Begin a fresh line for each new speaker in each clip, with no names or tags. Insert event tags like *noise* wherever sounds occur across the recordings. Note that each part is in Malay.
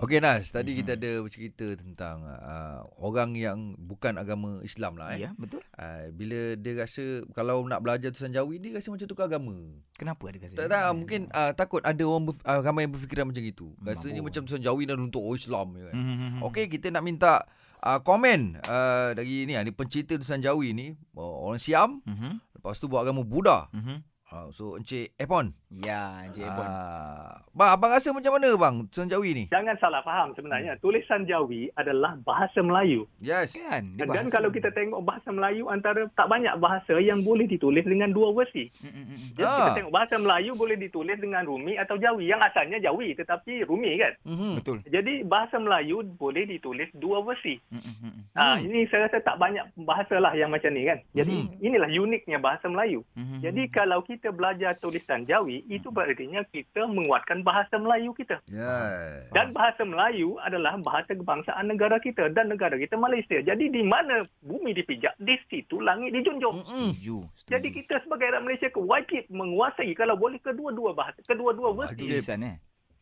Okey Nas, tadi
Mhm.
kita ada bercerita tentang uh, orang yang bukan agama Islam lah eh.
Ya, betul.
Uh, bila dia rasa kalau nak belajar tulisan Jawi dia rasa macam tukar agama.
Kenapa ada kasi?
Tak tak mungkin uh, takut ada orang ber, uh, ramai yang berfikiran macam itu.
Hmm,
Rasanya
mabuk.
macam tulisan Jawi dah untuk orang Islam je kan.
Hmm.
Okey, kita nak minta uh, komen uh, dari ni ah, ni pencerita tulisan Jawi ni uh, orang Siam,
Mhm.
lepas tu buat agama Buddha.
Mhm.
Uh, so Encik Epon.
Ya, Encik Ebon.
Ah, bang abang rasa macam mana bang tulisan Jawi ni?
Jangan salah faham
Hmm.
sebenarnya. Tulisan Jawi adalah bahasa Melayu.
Yes.
Kan? dia
Dan
bahasa.
kalau kita tengok bahasa Melayu antara tak banyak bahasa yang boleh ditulis dengan dua versi.
Mm, mm, mm.
Jadi
Ah.
kita tengok bahasa Melayu boleh ditulis dengan Rumi atau Jawi. Yang asalnya Jawi tetapi Rumi kan.
Mhm.
Betul.
Jadi bahasa Melayu boleh ditulis dua versi.
Mm, mm, mm, mm.
Ah,
Hmm.
ini saya rasa tak banyak bahasa lah yang macam ni kan. Jadi
Hmm.
inilah uniknya bahasa Melayu.
Mhm.
Jadi kalau kita belajar tulisan Jawi,
Hmm.
itu berartinya kita menguatkan bahasa Melayu kita.
ya.
Yes.
Dan bahasa Melayu adalah bahasa kebangsaan negara kita dan negara kita Malaysia. Jadi di mana bumi dipijak, di situ langit dijunjung.
Mm-mm.
setuju, setuju.
Jadi kita sebagai rakyat Malaysia wajib menguasai kalau boleh kedua-dua bahasa, kedua-dua
itu
versi.
Wajib.
lisan eh.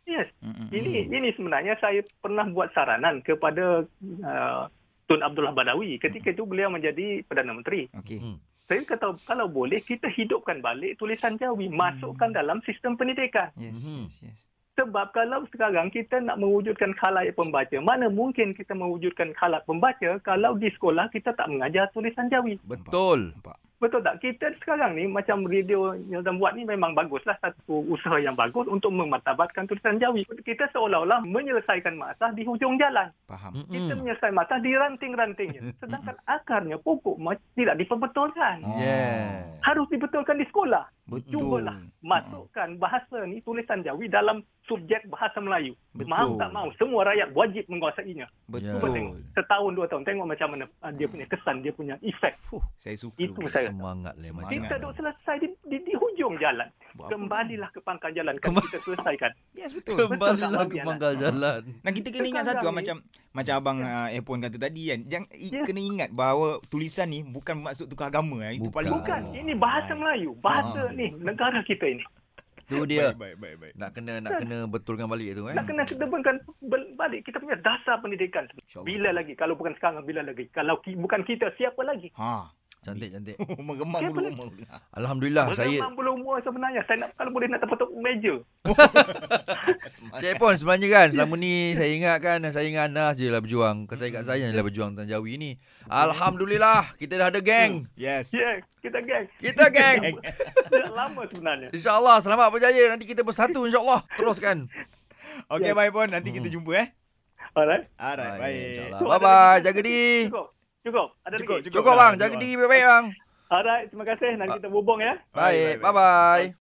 Yes.
Mm, mm, mm.
Ini ini sebenarnya saya pernah buat saranan kepada uh, Tun Abdullah Badawi ketika itu beliau menjadi Perdana Menteri.
Okey.
Hmm.
Saya kata kalau boleh kita hidupkan balik tulisan Jawi, masukkan dalam sistem pendidikan.
Yes,
Mhm.
yes, yes.
Sebab kalau sekarang kita nak mewujudkan khalayak pembaca, mana mungkin kita mewujudkan khalayak pembaca kalau di sekolah kita tak mengajar tulisan Jawi.
Betul.
Nampak.
Betul tak? Kita sekarang ni macam radio yang Zam buat ni memang baguslah satu usaha yang bagus untuk memartabatkan tulisan Jawi. Kita seolah-olah menyelesaikan masalah di hujung jalan.
Faham.
Kita
Mm-mm.
menyelesaikan masalah di ranting-rantingnya. Sedangkan akarnya pokok ma- tidak diperbetulkan.
Oh.
Yeah.
Harus dibetulkan di sekolah.
Betul.
Cubalah masukkan bahasa ni tulisan Jawi dalam subjek bahasa Melayu.
Betul.
Mau tak mau semua rakyat wajib menguasainya. Cuba
Betul.
tengok. Setahun dua tahun tengok macam mana ah, dia punya kesan, dia punya efek.
Saya suka.
Itu
Buat
saya rasa.
Semangat lah
Semangat.
macam.
Kita duk selesai di, di, di hujung jalan.
apa?
Kembalilah ke pangkal jalan kan
Kemba-
kita selesaikan.
Yes, betul.
Kembalilah
Betul
ke
tak,
pangkal jalan.
Dan kita kena ingat satu
Sekarang
ah,
ni-
macam macam abang uh, Epon kata tadi kan. Jangan i-
Ya.
kena ingat bahawa tulisan ni bukan bermaksud tukar agama ah. Itu
Bukan.
paling
Bukan, ini bahasa Melayu. Bahasa
Ah.
ni negara kita ini.
Tu dia.
Baik, baik, baik, baik.
Nak kena nak kena betulkan balik tu eh.
Nak kena kedepankan bel- balik kita punya dasar pendidikan.
InsyaAllah.
Bila lagi? Kalau bukan sekarang, bila lagi? Kalau ki, bukan kita, siapa lagi?
Ha. *laughs*
Cantik cantik.
Meremang
Dia
dulu.
*laughs* boleh-
meremang dulu. Ah,
Alhamdulillah saya
Berkembang belum umur sebenarnya. Saya nak kalau boleh nak terpetuk meja.
Semangat.
Cik Pon sebenarnya kan Selama ni saya ingat kan Saya ingat Nas je lah berjuang Kan saya ingat saya je lah berjuang Tentang Jawi ni Alhamdulillah Kita dah ada geng
Yes.
Ya, yeah, kita geng.
Kita geng
Dah lama sebenarnya.
InsyaAllah selamat berjaya Nanti kita bersatu insyaAllah Teruskan
Okey,
Yes.
bye Pon. Nanti kita jumpa eh.
Alright.
Alright,
Hmm. Baik,
baik.
insyaAllah. Bye bye Jaga diri
Cukup. Cukup.
Cukup, Ah.
Ada lagi?
cukup.
Cukup bang Jaga diri baik-baik bang
Alright, terima kasih. Nanti kita berhubung ya.
Baik bye bye